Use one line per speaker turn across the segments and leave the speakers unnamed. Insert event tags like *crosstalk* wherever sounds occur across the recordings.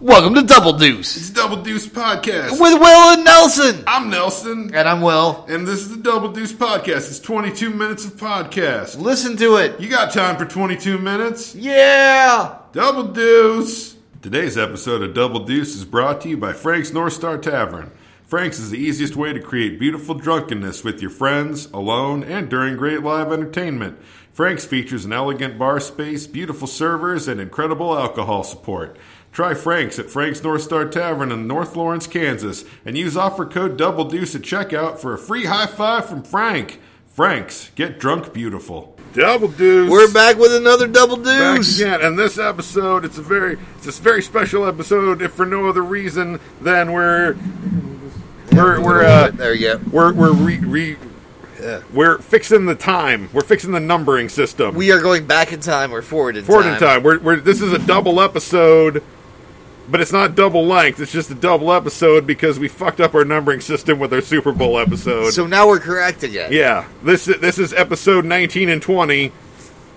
Welcome to Double Deuce
It's Double Deuce Podcast.
with Will and Nelson.
I'm Nelson,
And I'm Will.
and this is the Double Deuce Podcast. It's 22 minutes of podcast.
Listen to it.
You got time for 22 minutes?
Yeah.
Double Deuce! Today's episode of Double Deuce is brought to you by Frank's North Star Tavern. Frank's is the easiest way to create beautiful drunkenness with your friends, alone, and during great live entertainment. Frank's features an elegant bar space, beautiful servers, and incredible alcohol support. Try Frank's at Frank's North Star Tavern in North Lawrence, Kansas, and use offer code Double Deuce at checkout for a free high five from Frank. Frank's, get drunk beautiful. Double Deuce!
We're back with another Double
back
Deuce.
again. And this episode, it's a very, it's a very special episode, if for no other reason than we're, we're, we're, uh,
there you go.
we're, we're re, re, uh, we're fixing the time. We're fixing the numbering system.
We are going back in time or forward in
Forward
time.
in time. We're, we're, this is a double episode, but it's not double length. It's just a double episode because we fucked up our numbering system with our Super Bowl episode.
So now we're correct again.
yeah, this this is episode 19 and 20.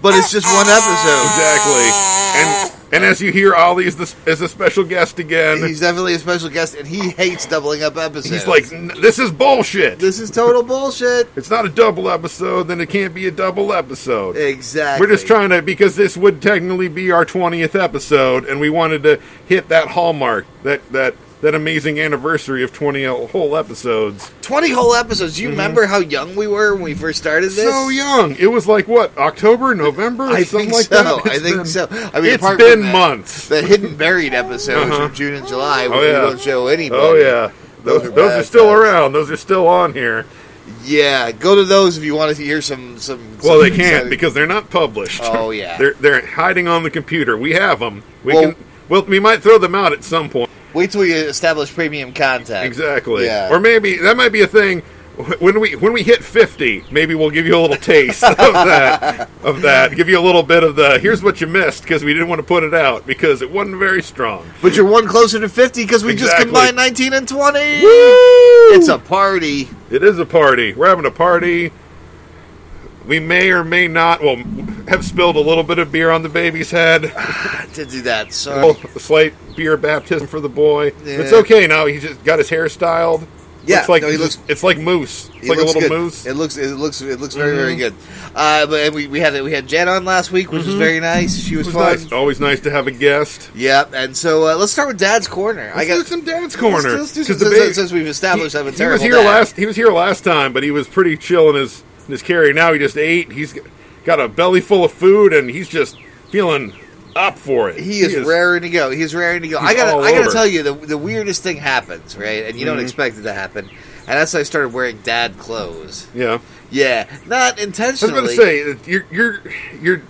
But it's just one episode.
Exactly. And and as you hear, Ollie is the, is a special guest again.
He's definitely a special guest, and he hates doubling up episodes.
He's like, "N- this is bullshit.
this is total bullshit.
It's not a double episode, then it can't be a double episode.
Exactly.
We're just trying to because this would technically be our twentieth episode, and we wanted to hit that hallmark, that that that amazing anniversary of twenty uh, whole episodes.
20 whole episodes. Do you remember how young we were when we first started this?
Mhm. So young, it was like what October, November, or
I
something
think
like
so.
that.
I
It's
think
been-
so. I mean,
it's
apart
been
from that-
months.
*laughs* The hidden buried episodes from June and July, which
Uh-huh. Oh,
we
yeah.
don't show anybody.
oh yeah, those
Those are
those are
bad
still
times.
around. Those are still on here.
Yeah, go to those if you want to hear some some. some
Well, they can't
exciting-
because they're not published.
*laughs* Oh,
*laughs*
yeah.
they're they're hiding on the computer. We have them. We
Well-
can. Well, we might throw them out at some point.
wait till we establish premium content.
Exactly.
Yeah.
Or maybe that might be a thing. Wh- When we when we hit fifty, maybe we'll give you a little taste *laughs* of that. Of that, give you a little bit of the. Here's what you missed because we didn't want to put it out because it wasn't very strong.
but you're one closer to fifty because we just
Exactly.
combined nineteen and twenty. It's
It's
a party.
It is a party. We're having a party. We may or may not. Well, have spilled a little bit of beer on the baby's head.
to do that. So
Oh, a slight beer baptism for the boy.
Yeah.
It's okay now. He just got his hair styled.
Yeah,
looks like
no, he
just-
looks-
It's like moose. It's
it
like a
looks
little
good.
moose. Mm-hmm.
It looks it looks it looks very very good. Uh, but and we, we had we had Jan on last week, which was very nice. She was,
It was
fun.
nice. Always nice to have a guest.
Yep. And so uh, let's start with Dad's corner.
Let's
I got
do some dance corner.
Let's, do- since,
'cause the
since-
ba-
since we've established I'm a
he
terrible
was here
dad.
last. He was here last time, but he was pretty chill in his in his carry. Now he just ate. He's g- got a belly full of food, and he's just feeling up for it.
He is, raring to go. He's raring to go. I
all
gotta, I gotta
over. Mm-hmm.
tell you, the, the weirdest thing happens, right? And you don't expect it to happen. And that's when I started wearing dad clothes.
Yeah,
Yeah, not
I was
intentionally.
going to say uh, that your your your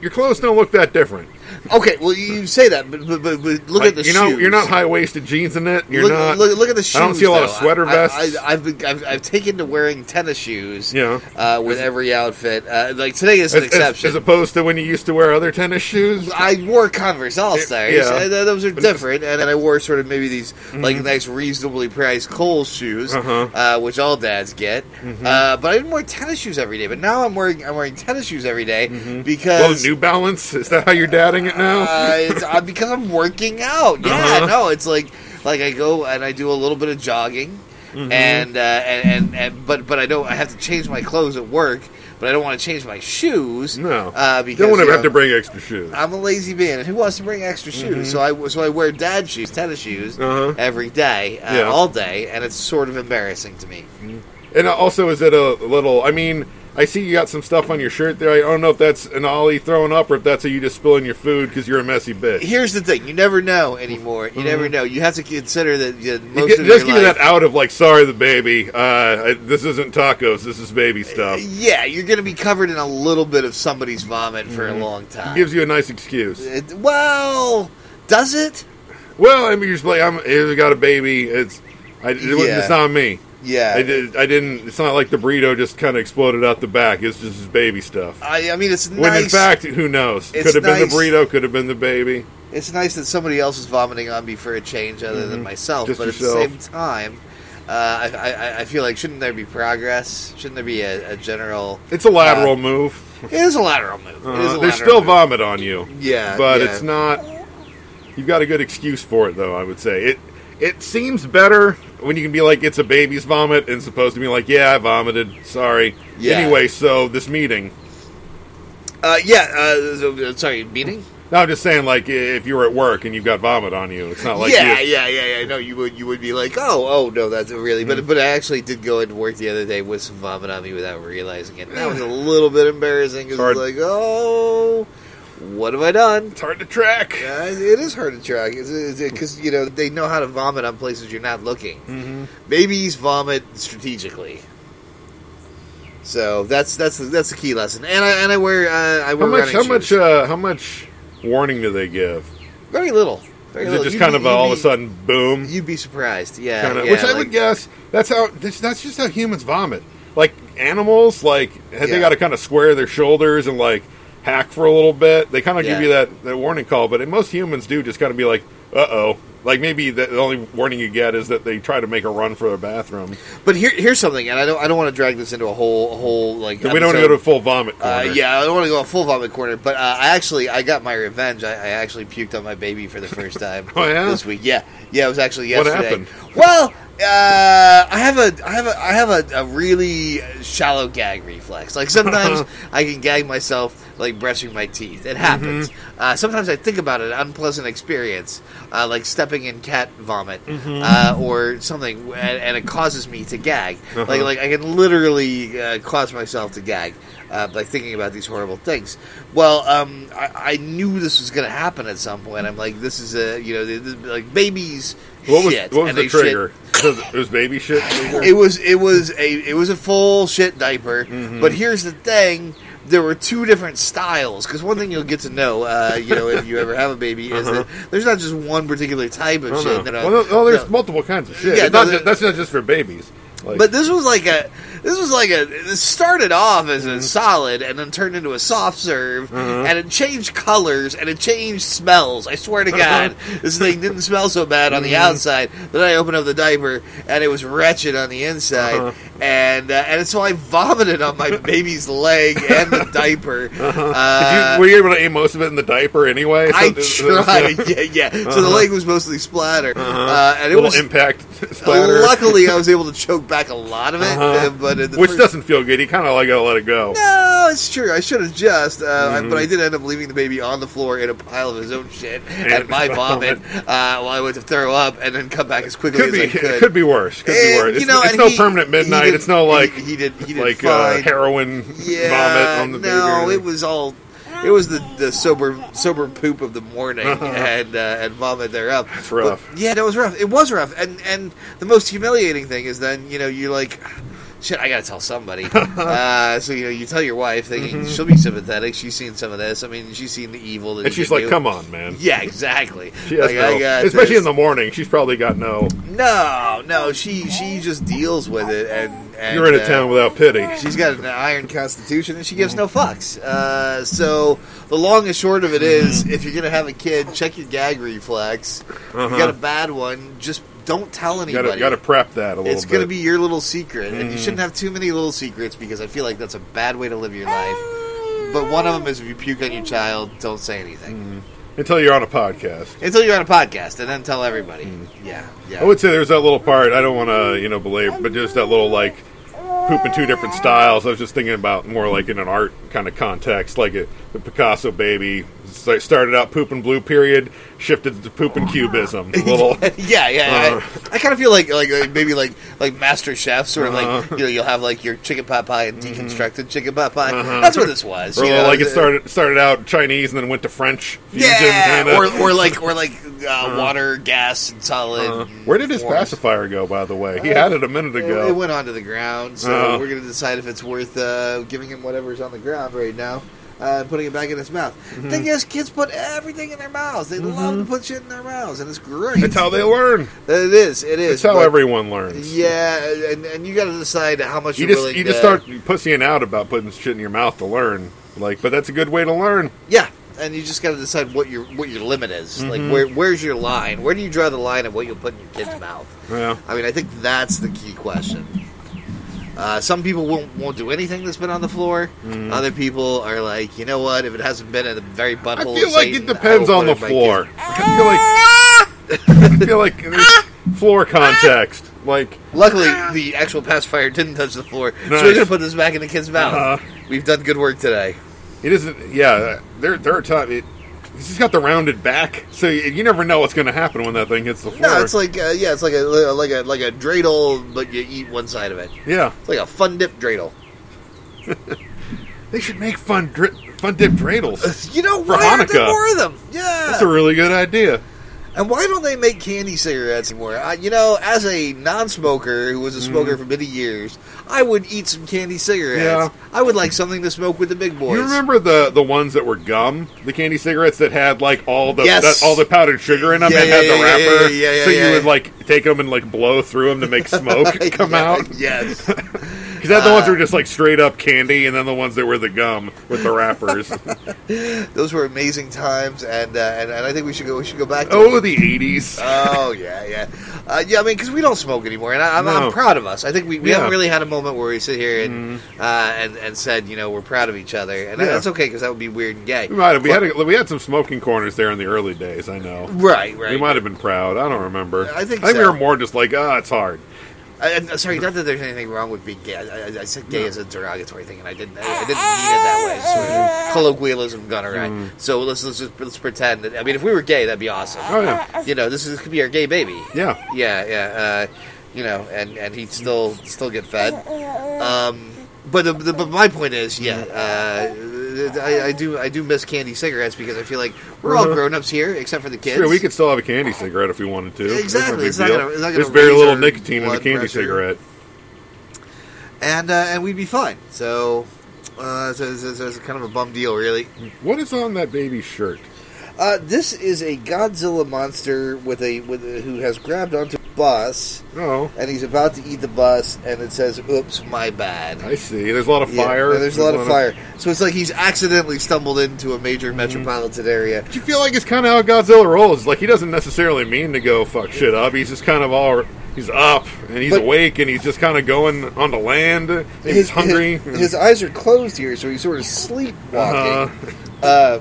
your clothes don't look that different.
Okay, well, you say that, but, but, but, but look
Like,
at the
you
shoes.
know, you're not high waisted jeans in it. You're
look,
not.
Look, look at the shoes.
I don't see a lot of
though.
sweater
I-
vests.
I, have been, I've, I've taken to wearing tennis shoes.
Yeah.
Uh, with every outfit, uh, like today is an
as, as,
exception.
as opposed to when you used to wear other tennis shoes.
I wore Converse All Stars.
Yeah. Mm-hmm.
and, uh, those are different, and then I wore sort of maybe these like nice, reasonably priced Kohl's shoes,
Uh-huh. Mm-hmm.
uh, which all dads get. Uh, but I didn't wear tennis shoes every day. But now I'm wearing I'm wearing tennis shoes every day
Well,
because
Mm-hmm. New Balance is that how you're dadding it
*laughs*
now?
uh, it's, uh, because I'm working out. Yeah,
Uh-huh.
no, it's like like I go and I do a little bit of jogging,
Mm-hmm.
and, uh, and and and but but I don't I have to change my clothes at work, but I don't want to change my shoes.
no,
uh, because
don't want
you
to
know,
have to bring extra shoes.
I'm a lazy man, and who wants to bring extra shoes? So I so I wear dad shoes, tennis shoes,
Mm-hmm. Uh-huh.
every day, uh,
Yeah.
all day, and it's sort of embarrassing to me.
And also, is it a little? I mean, I see you got some stuff on your shirt there. I don't know if that's an ollie throwing up or if that's a you just spilling your food because you're a messy bitch.
Here's the thing: you never know anymore. You never know. You have to consider that you know,
Mm-hmm. You
most
get-
of your
just give me
life.
that out of like, sorry, the baby. Uh, I, this isn't tacos. This is baby stuff.
yeah, you're going to be covered in a little bit of somebody's vomit for a long time.
Mm-hmm. Gives you a nice excuse.
It- well, does it?
Well, I mean, you're just like, I'm. I got a baby. It's. I, it wasn't-
Yeah. Uh,
It's not me.
Yeah.
I, did, I didn't. It's not like the burrito just kind of exploded out the back. It's just baby stuff.
I, I mean, it's
When
nice.
in fact, who knows?
It's
could have been
nice.
the burrito. Could have been the baby.
it's nice that somebody else is vomiting on me for a change other than myself.
Mm-hmm. Just
but at
yourself.
the same time, uh, I, I, I feel like shouldn't there be progress? Shouldn't there be a, a general?
It's a lateral move.
Uh, It is a lateral move. It is a
Uh,
lateral
there's still
move.
vomit on you.
Yeah,
But
yeah.
it's not. You've got a good excuse for it, though. I would say it. It seems better when you can be like, "It's a baby's vomit," and supposed to be like, "Yeah, I vomited. Sorry."
Yeah.
Anyway, so this meeting.
Uh, yeah. Uh, so- sorry, meeting.
No, I'm just saying, like, if you were at work and you've got vomit on you, it's not like
yeah,
you,
yeah, yeah, yeah. No, you would you would be like, oh, oh, no, that's really.
Mm.
But but I actually did go into work the other day with some vomit on me without realizing it. And that was
*sighs*
a little bit embarrassing because
Hard.
it's like, oh, what have I done?
it's hard to track.
Yeah, it is hard to track because you know they know how to vomit on places you're not looking.
Mm-hmm.
Babies vomit strategically. So that's that's the, that's the key lesson, and I and I wear uh, I
How
wear
much?
running
How much?
shoes.
Uh, how much warning do they give?
very little. Very
Is
little.
it just
You'd
kind
be-
of a,
you'd
all of a
be-
sudden boom?
You'd be surprised, yeah.
Kinda-
yeah,
which I
like-
would guess that's how this, that's just how humans vomit. Like animals, like had they
Yeah.
got to kind of square their shoulders and like hack for a little bit, they kind of give
Yeah.
you that, that warning call. But most humans do just kind of be like, uh oh. Like maybe the the only warning you get is that they try to make a run for their bathroom.
But here, here's something, and I don't, I don't want to drag this into a whole, a whole like.
we don't want to go to a full vomit
Uh,
corner.
yeah, I don't want to go a full vomit corner, but uh, I actually, I got my revenge. I, I actually puked on my baby for the first time
*laughs* Oh, yeah?
this week. Yeah, yeah, it was actually
What
yesterday.
happened?
Well, uh, I have a, I have a, I have a, a really shallow gag reflex. Like
*laughs*
sometimes I can gag myself like brushing my teeth. It happens.
Mm-hmm.
Uh, sometimes I think about an unpleasant experience, uh, like stepping in cat vomit
Mm-hmm.
uh, or something, and, and it causes me to gag.
Uh-huh.
Like like I can literally uh, cause myself to gag uh, by thinking about these horrible things. Well, um, I, I knew this was going to happen at some point. I'm like, this is a you know, this, this- like babies.
What was
shit,
what was
and
the
they shit-
trigger? it was
*laughs*
baby shit. trigger?
it was it was a it was a full shit diaper.
Mm-hmm.
But here's the thing: there were two different styles. Because one thing you'll get to know, uh, you know, if you ever have a baby, is that there's not just one particular type of
I
shit.
don't know.
that I-
Well, Uh-huh. no, no, there's
no.
multiple kinds of shit.
Yeah,
It's
no,
not
there-
ju- that's not just for babies. Like,
But this was like a this was like a it started off as
Mm-hmm.
a solid and then turned into a soft serve and it changed colors and it changed smells. I swear to
*laughs*
God, this thing didn't smell so bad on the
Mm-hmm.
outside. Then I opened up the diaper and it was wretched on the inside,
Uh-huh.
and uh, and so I vomited on my baby's leg and the diaper. Uh,
Uh-huh. Did you, were you able to eat most of it in the diaper anyway? So
I
th- th-
tried, *laughs* yeah, yeah. So the leg was mostly splatter, uh, and it
Uh-huh. little
was.
impact *laughs* splatter,
Luckily, I was able to choke back a lot of it,
Uh-huh.
uh, but in the
which
first-
doesn't feel good. You kind of like gotta let it go.
No, it's true. I should adjust, uh, I-
Mm-hmm.
but I did end up leaving the baby on the floor in a pile of his own shit and
*laughs*
my vomit uh, while I went to throw up, and then come back as quickly
Could
as
be,
I
it
could.
could be worse. Could be
And,
worse.
you
It's,
know,
it's
and
no
he-
permanent
he
midnight.
did-
It's no like
he, he did. He did
like uh,
fine.
heroin
yeah,
vomit on the
no,
baby.
it was all. It was the, the sober sober poop of the
*laughs*
morning and uh, and vomit thereof. That's
rough.
yeah, that was rough. It was rough, and and the most humiliating thing is then you know you like. Shit, I gotta tell
*laughs*
somebody. uh, so you know, you tell your wife, thinking
Mm-hmm.
she'll be sympathetic. She's seen some of this. I mean, she's seen the evil. That
and
you
she's
can
like,
do.
"Come on, man."
Yeah, exactly.
*laughs* She has
Like, I
no,
got
especially
this.
in the morning. She's probably got no.
No, no, she she just deals with it, and, and
You're in a
uh,
town without pity.
She's got an iron constitution and she gives no fucks. Uh, so the long and short of it is, if you're gonna have a kid, check your gag reflex. If
Uh-huh.
you got a bad one, just don't tell
You gotta,
anybody.
gotta prep that a little
it's
bit. Mm.
gonna be your little secret, and you shouldn't have too many little secrets because I feel like that's a bad way to live your life. But one of them is if you puke on your child, don't say anything
Mm. until you're on a podcast.
until you're on a podcast, and then tell everybody. Yeah, yeah.
Mm. I would say there's that little part I don't want to, you know, belabor, but just that little like poop in two different styles. I was just thinking about more like in an art kind of context, like a, the Picasso baby It's like started out pooping blue period, shifted to pooping cubism.
*laughs*
A little,
yeah, yeah.
Uh.
I, I kind of feel like, like like maybe like like Master Chef, sort of like
Uh-huh. Mm-hmm.
you know you'll have like your chicken pot pie and deconstructed chicken pot pie. That's what this was.
Uh-huh. or
you
little,
know,
like it
the-
started started out Chinese and then went to French. fusion
Yeah,
kinda. Uh-huh.
or, or like or like uh, water, gas, and solid.
Uh, where did his
forms.
pacifier go? By the way, he had it a minute
It, it
ago.
went onto the ground, so
Uh-huh.
we're going to decide if it's worth uh, giving him whatever's on the ground right now. Uh, and putting it back in his mouth.
Mm-hmm.
Thing is, kids put everything in their mouths. They love to put shit in their mouths, and it's great.
That's how they learn.
It is. It is.
That's how
but-
everyone learns.
Yeah, and, and you got to decide how much
You
you're
just
willing.
you just
to,
start pussying out about putting shit in your mouth to learn. Like, but that's a good way to learn.
Yeah, and you just got to decide what your what your limit is.
Mm-hmm.
Like where where's your line? Where do you draw the line of what you'll put in your kid's mouth?
Yeah.
I mean, I think that's the key question. Uh, some people won't won't do anything that's been on the floor. Other people are like, you know what? If it hasn't been at the very
Mm-hmm. I
butthole, of
feel like
Satan,
it
I
depends
will
on the
put it in my
floor.
kitchen.
I feel like *laughs* I feel like there's floor context. Like
*laughs* Luckily, the actual pacifier didn't touch the floor, so
Nice.
we're gonna put this back in the kid's mouth.
Uh-huh.
We've done good work today.
it isn't. Yeah, there there are times. It, he's just got the rounded back, so you, you never know what's going to happen when that thing hits the floor.
No, it's like uh, yeah, it's like a like a like a dreidel, but you eat one side of it.
yeah,
It's like a fun dip dreidel.
they should make fun dri- fun
*laughs*
dip dreidels.
You know,
For
why aren't there
Hanukkah.
more of them? Yeah,
That's a really good idea.
and why don't they make candy cigarettes anymore? I, you know, as a non-smoker who was a
Mm.
smoker for many years, I would eat some candy cigarettes. I would like something to smoke with the big boys.
You remember the the ones that were gum, the candy cigarettes that had like all the
Yes.
that, all the powdered sugar in them
Yeah,
and
yeah,
had the
yeah, yeah,
wrapper.
yeah, yeah,
so
yeah,
you would
yeah.
like take them and like blow through them
*laughs*
to make smoke
*laughs*
come
Yeah,
out. *laughs*
Yes.
Because that the ones that were just like straight up candy, and then the ones that were the gum with
*laughs*
the wrappers.
Those were amazing times, and, uh, and and I think we should go. We should go back. To
oh, the eighties.
oh yeah, yeah, uh, yeah. I mean, because we don't smoke anymore, and I, I'm,
No.
I'm proud of us. I think we, we
Yeah. Mm-hmm.
haven't really had a moment where we sit here and uh, and and said, you know, we're proud of each other, and
Yeah.
that's okay because that would be weird and gay.
we might have we had a, we had some smoking corners there in the early days. I know.
right, right.
We might have been proud. I don't remember.
I think
we
so.
were more just like, ah, it's hard.
I, I- sorry, not that there's anything wrong with being gay. I, I, I said gay as a derogatory thing, and I didn't. I, I didn't mean it that way. It's sort of colloquialism gone around.
Mm.
So let's let's just let's pretend that. I mean, if we were gay, that'd be awesome.
Oh yeah,
You know, this is this could be our gay baby.
yeah.
Yeah, yeah. Uh, you know, and and he'd still still get fed. Um, but the, the, but my point is, yeah, uh, I, I do I do miss candy cigarettes because I feel like we're all
Uh-huh.
grown ups here except for the kids.
Sure, we could still have a candy cigarette if we wanted to. That's no
Exactly,
big
it's not
deal.
gonna- it's not gonna
There's very
raise
little
our
nicotine in a
blood
candy
pressure.
cigarette.
and uh, and we'd be fine. So. Uh, so, so, so it's kind of a bum deal, really.
What is on that baby's shirt?
Uh, this is a Godzilla monster with a with a, who has grabbed onto a bus
Oh,
and he's about to eat the bus, and it says, "Oops, my bad."
I see. There's a lot of
Yeah,
fire.
yeah, there's a lot of
wanna- Mm-hmm.
fire. So it's like he's accidentally stumbled into a major metropolitan area.
Do you feel like it's kind of how Godzilla rolls? Like he doesn't necessarily mean to go fuck shit up. He's just kind of all he's up and he's
But-
awake and he's just kind of going on the land. And he's hungry.
His, his eyes are closed here, so he's sort of
Uh-huh.
sleepwalking. uh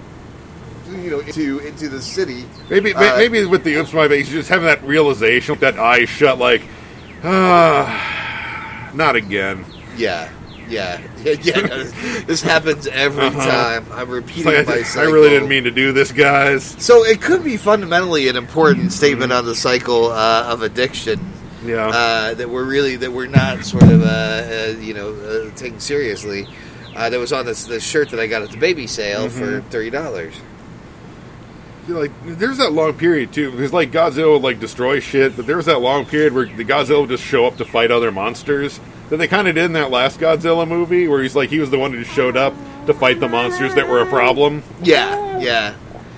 you know, into into the city.
maybe
uh,
maybe with the oops my base, he's just having that realization, that eyes shut, like *sighs* ah, not again.
Yeah, yeah, *laughs* yeah. yeah no, this, this happens every time. I'm
Uh-huh. It's
repeating
like, I,
myself.
I really didn't mean to do this, guys.
So it could be fundamentally an important statement on the cycle uh, of addiction.
Yeah.
uh, that we're really that we're not sort of uh, uh, you know uh, taken seriously. Uh, that was on this, this shirt that I got at the baby sale
Mm-hmm.
for thirty dollars.
Yeah, like there's that long period too because like Godzilla would like destroy shit, but there was that long period where the Godzilla would just show up to fight other monsters. That they kind of did in that last Godzilla movie where he's like he was the one who just showed up to fight the monsters that were a problem.
Yeah, yeah,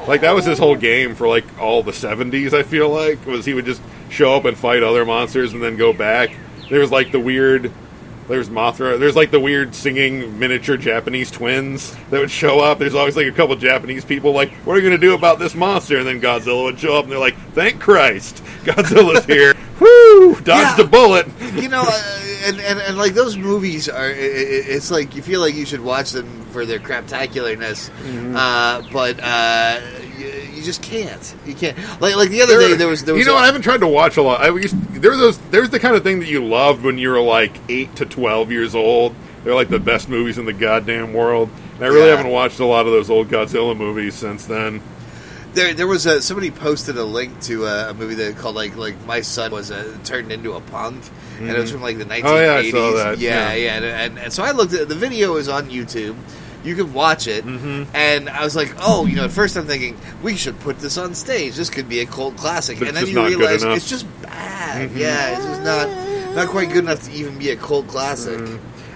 Like that was his whole game for like all the 70s. I feel like was he would just show up and fight other monsters and then go back. There was like the weird. There's Mothra. There's like the weird singing miniature Japanese twins that would show up. There's always like a couple Japanese people like, "What are you gonna do about this monster?" And then Godzilla would show up, and they're like, "Thank Christ, Godzilla's here! *laughs* Whoo! Dodged
Yeah.
a bullet."
you know, uh, and, and and like those movies are. i- i it's like you feel like you should watch them for their craptacularness,
Mm-hmm.
uh, but uh, you, you just can't. You can't. Like like the other day, there was there was
you know
a-
what? I haven't tried to watch a lot. I used, there's those there's the kind of thing that you loved when you were like eight to twelve years old. They're like the best movies in the goddamn world. And I really
Yeah.
haven't watched a lot of those old Godzilla movies since then.
There, there was a somebody posted a link to a, a movie that called like like my son was a, turned into a punk, and it was from like the nineteen
Oh, yeah, I
eighties.
saw that,
yeah,
yeah.
and, and, and so I looked at the video is on YouTube. You can watch it,
Mm-hmm.
and I was like, oh, you know. At first, I'm thinking we should put this on stage. This could be a cult classic,
But
and
it's
then
just
you
not good
realize
enough. Mm-hmm.
it's just bad. Yeah, it's just not not quite good enough to even be a cult classic.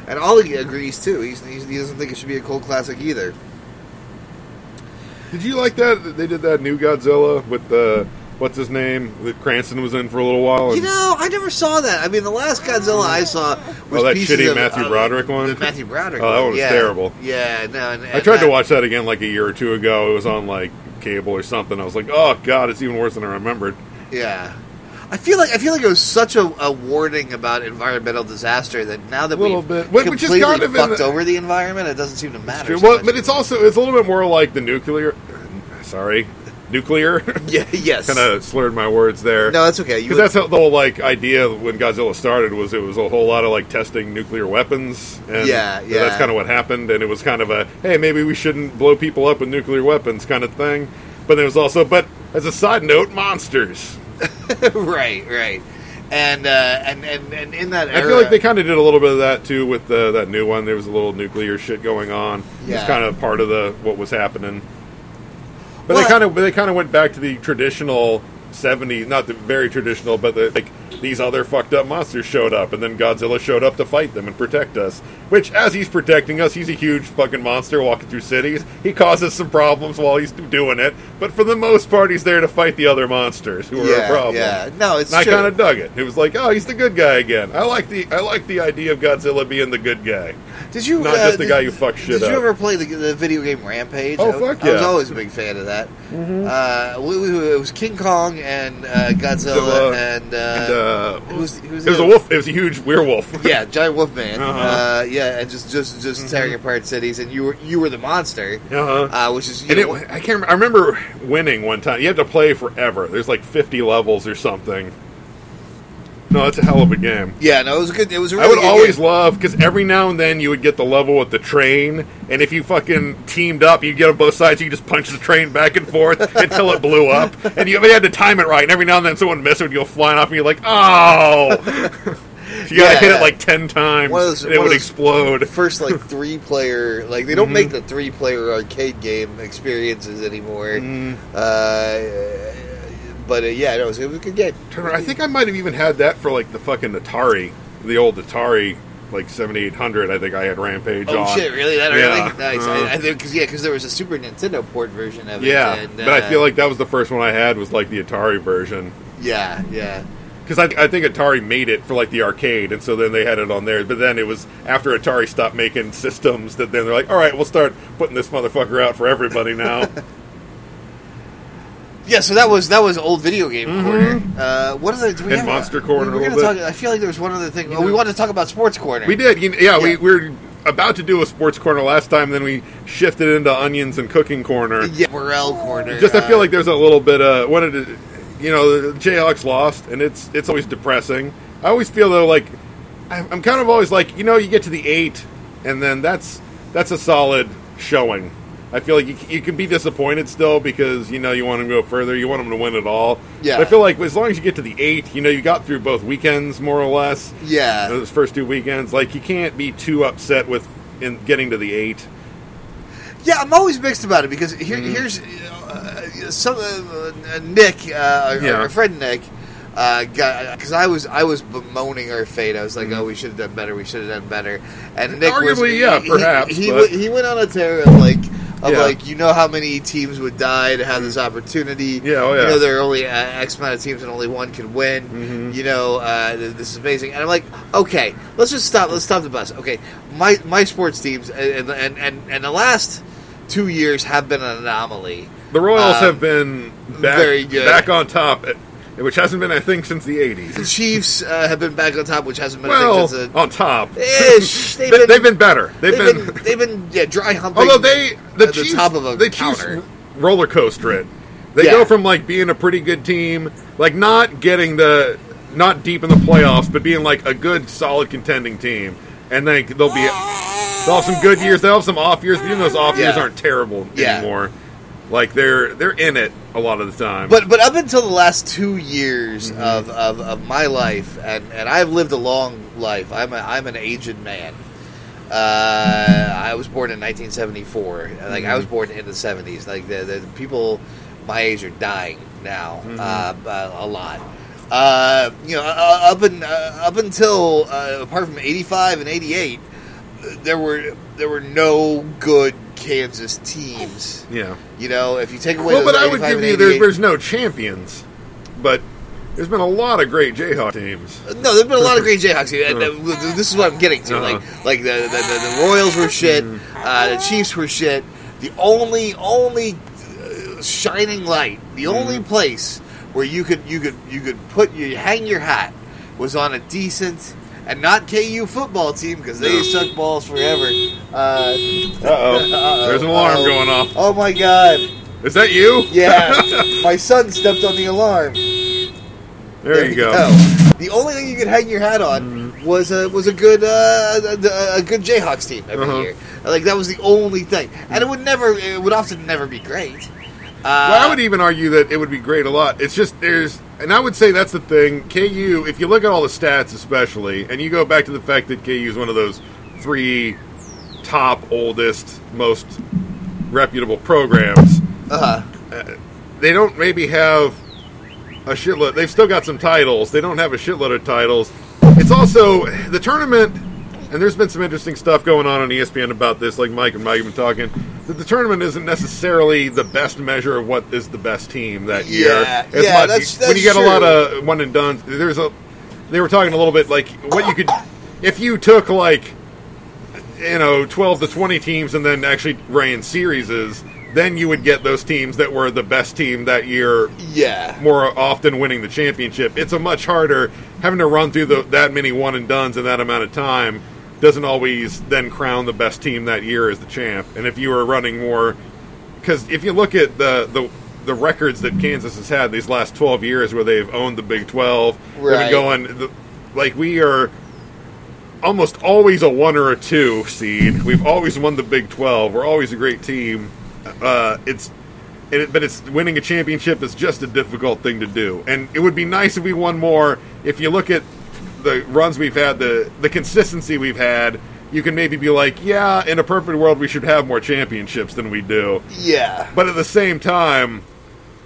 And Ollie agrees too. He's, he's, he doesn't think it should be a cult classic either.
Did you like that? that They did that new Godzilla with the what's his name that Cranston was in for a little while.
You
and-
know, I never saw that. I mean, the last Godzilla I saw was
Oh, that
pieces
shitty
of-
Matthew
of
Broderick one?
The Matthew Broderick.
Oh, that one was
yeah.
terrible.
Yeah, no. And,
I
and
tried
that-
to watch that again like a year or two ago. It was on like cable or something. I was like, oh god, it's even worse than I remembered.
Yeah, I feel like I feel like it was such a, a warning about environmental disaster that now that
Little
we've
bit. Which- which is
completely
kind of in
fucked
the-
over the environment, it doesn't seem to matter. so
Well,
much
but it's
anymore.
also it's a little bit more like the nuclear. Sorry, nuclear.
*laughs*
*laughs*
yeah, yes.
kind of slurred my words there.
no, that's
*laughs*
okay. You
Because that's how the whole like idea when Godzilla started was it was a whole lot of like testing nuclear weapons. And
Yeah, yeah.
That's kind of what happened, and it was kind of a hey, maybe we shouldn't blow people up with nuclear weapons kind of thing. But there was also, but as a side note, monsters.
*laughs* right, right. And, uh, and and and in that era,
I feel like they kind of did a little bit of that too with the, that new one. There was a little nuclear shit going on. It's
Yeah.
kind of part of the what was happening. But
Well,
they kind of they kind of went back to the traditional '70s, not the very traditional, but the, like these other fucked up monsters showed up, and then Godzilla showed up to fight them and protect us. Which, as he's protecting us, he's a huge fucking monster walking through cities. He causes some problems while he's doing it, but for the most part, he's there to fight the other monsters who are
yeah,
a problem.
yeah. No, it's
And I
true.
kind of dug it. It was like, oh, he's the good guy again. I like the I like the idea of Godzilla being the good guy.
Did you
Not
uh,
just the
did-
guy who fucks shit
Did
up.
you ever play the, the video game Rampage?
Oh,
I, was-
fuck
I was
yeah. Mm-hmm.
always a big fan of that. Uh, we, we- it was King Kong and uh, Godzilla
Godzilla
and, uh,
And, uh,
who was, who was
it was
the
a
other-
wolf. It was a huge
*laughs*
werewolf.
Yeah, giant wolf man.
Uh-huh. Mm-hmm.
Uh, yeah, and just just just tearing apart cities, and you were you were the monster,
Uh-huh.
uh, which is you
And it,
know,
I can't. Remember, I remember winning one time. You had to play forever. There's like 50 levels or something. No, that's a hell of a game.
yeah, no, it was a good. It was a really
I would
good
always
game.
love because every now and then you would get the level with the train, and if you fucking teamed up, you get on both sides. You could just punch the train back and forth *laughs* until it blew up, and you, you had to time it right. And every now and then someone missed it would go flying off, and you're like,
*laughs*
oh. So you gotta
Yeah,
hit
yeah.
it like ten times,
One of those-
and it
one of
would
those-
explode.
first
*laughs*
like three player like they don't
Mm-hmm.
make the three player arcade game experiences anymore.
Mm-hmm.
Uh, but uh, yeah, no, it was, it was a good game.
Turner, I think I might have even had that for like the fucking Atari, the old Atari, like seventy eight hundred. I think I had Rampage
Oh
on.
shit! Really? That
Yeah.
early? Nice.
Uh-huh.
I, I think because yeah, because there was a Super Nintendo port version of it.
Yeah,
and,
but I
uh,
feel like that was the first one I had was like the Atari version.
yeah, yeah,
Because I, I think Atari made it for like the arcade, and so then they had it on there. But then it was after Atari stopped making systems that then they're like, all right, we'll start putting this motherfucker out for
*laughs*
everybody now.
yeah. So that was that was old video game corner. Uh, what other do we
And
have?
Monster Corner
We
a
were
little
gonna
bit.
talk, I feel like there was one other thing. oh, we wanted to talk about sports corner.
we did, you, yeah,
Yeah.
We, we were about to do a sports corner last time, then we shifted into onions and cooking corner.
*laughs* Yeah, Morel corner.
Just I feel
uh,
like there's a little bit of wanted to, you know, the Jayhawks lost, and it's it's always depressing. I always feel though like I- I'm kind of always like you know you get to the eight, and then that's that's a solid showing. I feel like you, c- you can be disappointed still because you know you want them to go further, you want them to win it all.
Yeah.
But I feel like as long as you get to the eight, you know you got through both weekends more or less.
yeah.
Those first two weekends, like you can't be too upset with in getting to the eight.
Yeah, I'm always mixed about it because here,
Mm-hmm.
here's uh, some uh, uh, Nick, uh,
Yeah.
our, our friend Nick, because I was I was bemoaning our fate. I was like, oh, we should have done better. We should have done better. And Nick was,
Mm-hmm. Arguably, yeah,
he-
perhaps,
he, he,
but-
he went on a tear of like. Of
Yeah. Mm-hmm.
like you know how many teams would die to have this opportunity.
Yeah, oh,
you
yeah. Mm-hmm.
know there are only uh, X amount of teams and only one can win. You know uh, th- this is amazing. And I'm like, okay, let's just stop. Let's stop the bus. Okay, my my sports teams uh, and and and, and the last two years have been an anomaly.
The Royals
Um,
have been back,
very good.
back on top, eh, which hasn't been, I think, since the 80s.
The Chiefs uh, have been back on top, which hasn't been. I
Well,
think, since the-
on top.
Ish,
*laughs* They,
they've been-
they've been better. They've,
they've
been,
been, they've been yeah dry humping.
*laughs* although they the
at
Chiefs,
top of a
the Chiefs
counter.
roller coaster it. They
Yeah.
go from like being a pretty good team, like not getting the not deep in the playoffs, but being like a good, solid contending team, and then they'll be they'll have some good years. They'll have some off years, but even those off years
Yeah.
aren't terrible
Yeah.
anymore. Like they're they're in it a lot of the time.
But but up until the last two years
Mm-hmm.
of, of, of my life, and, and I've lived a long life. I'm a, I'm an aged man. Uh, I was born in 1974. Like
Mm-hmm.
I was born in the 70s. Like the, the people my age are dying now uh,
Mm-hmm.
uh, a lot. Uh, you know, uh, up and uh, up until uh, apart from 85 and 88, there were there were no good Kansas teams.
yeah.
You know, if you take away
Well,
those
but I would
85
give
and
you there's,
88
there's no champions, but there's been a lot of great Jayhawk teams.
No, there's been a lot of great Jayhawks. here, and, uh, th- this is what I'm getting to.
Uh-huh.
Like, like the, the, the, the Royals were shit. Uh, the Chiefs were shit. The only, only uh, shining light, the only place where you could you could you could put you hang your hat was on a decent and not KU football team because they suck balls forever. Uh,
Uh-oh. There's an alarm
Uh-oh.
going off.
oh my god!
Is that you?
Yeah, my son stepped on the alarm.
There you go.
The only thing you could hang your hat on was a was a good uh, a, a good Jayhawks team every
Uh-huh.
year. Like that was the only thing, and it would never it would often never be great. Uh,
Well, I would even argue that it would be great a lot. It's just there's, and I would say that's the thing. KU, if you look at all the stats, especially, and you go back to the fact that KU is one of those three top, oldest, most reputable programs,
uh,
they don't maybe have a shitload. They've still got some titles. They don't have a shitload of titles. It's also the tournament, and there's been some interesting stuff going on E on ESPN about this. Like Mike and Mike have been talking that the tournament isn't necessarily the best measure of what is the best team that year.
Yeah,
As
yeah,
much-
that's-
when you get
that's
a lot
true.
of one and done. There's a. They were talking a little bit like what you could if you took like you know 12 to 20 teams and then actually ran series then you would get those teams that were the best team that year
yeah,
more often winning the championship it's a much harder having to run through the, that many one and duns in that amount of time doesn't always then crown the best team that year as the champ and if you were running more because if you look at the, the the records that Kansas has had these last 12 years where they've owned the Big 12
Right.
they've been going the, like we are almost always a one or a two seed. We've always won the Big Twelve. We're always a great team. Uh, it's and it, but it's winning a championship is just a difficult thing to do. And it would be nice if we won more. If you look at the runs we've had, the the consistency we've had, you can maybe be like, yeah, in a perfect world, we should have more championships than we do.
yeah,
But at the same time,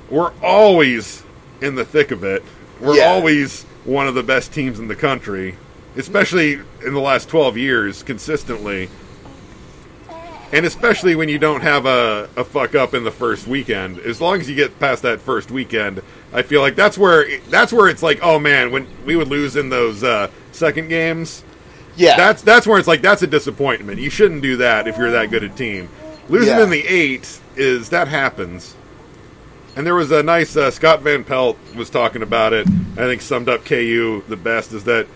we're always in the thick of it. We're
Yeah.
always one of the best teams in the country, especially in the last 12 years, consistently. And especially when you don't have a, a fuck up in the first weekend. As long as you get past that first weekend, I feel like that's where it- that's where it's like, oh man, when we would lose in those uh, second games,
yeah.
that's that's where it's like that's a disappointment. You shouldn't do that if you're that good a team. Losing
Yeah.
in the eight is that happens. And there was a nice uh, Scott Van Pelt was talking about it. I think summed up KU the best is that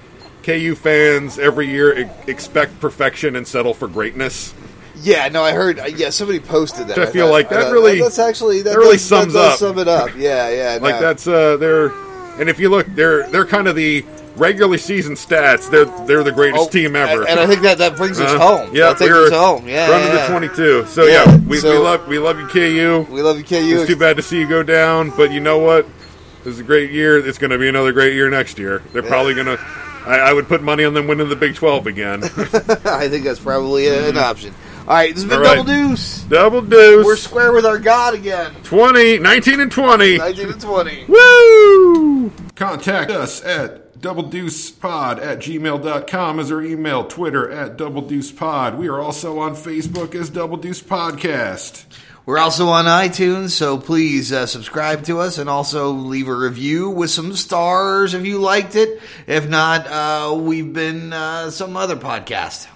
KU fans every year e- expect perfection and settle for greatness.
Yeah, no, I heard. uh, Yeah, somebody posted that.
I feel like that
thought-
really-
that's actually that,
that really
does-
sums
that does
up.
Sum it up. Yeah, yeah.
*laughs* Like
no.
that's uh, they're and if you look, they're they're kind of the regular season stats. They're they're the greatest
Oh,
team ever.
And, and I think that that brings us
Uh,
home.
Yeah,
that takes
we're
us home. Yeah,
running
yeah.
to 22. So
Yeah,
yeah, we, we
so-
love we love you, KU.
We love you, KU.
It's too bad to see you go down, but you know what? This is a great year. It's going to be another great year next year. They're probably going to. I, I would put money on them winning the Big 12
*laughs*
again.
I think that's probably a- an option. All right, this has been
Mm-hmm. All right.
Double Deuce.
*laughs* Double deuce.
We're square with our God again. *laughs*
20, 19, and 20.
19 to 20.
Woo!
Contact us at doubledeucepod at gmail.com is our email. Twitter at doubledeucepod. We are also on Facebook as Double Deuce Podcast.
We're also on iTunes, so please uh, subscribe to us and also leave a review with some stars if you liked it. If not, uh, we've been uh, some other podcast.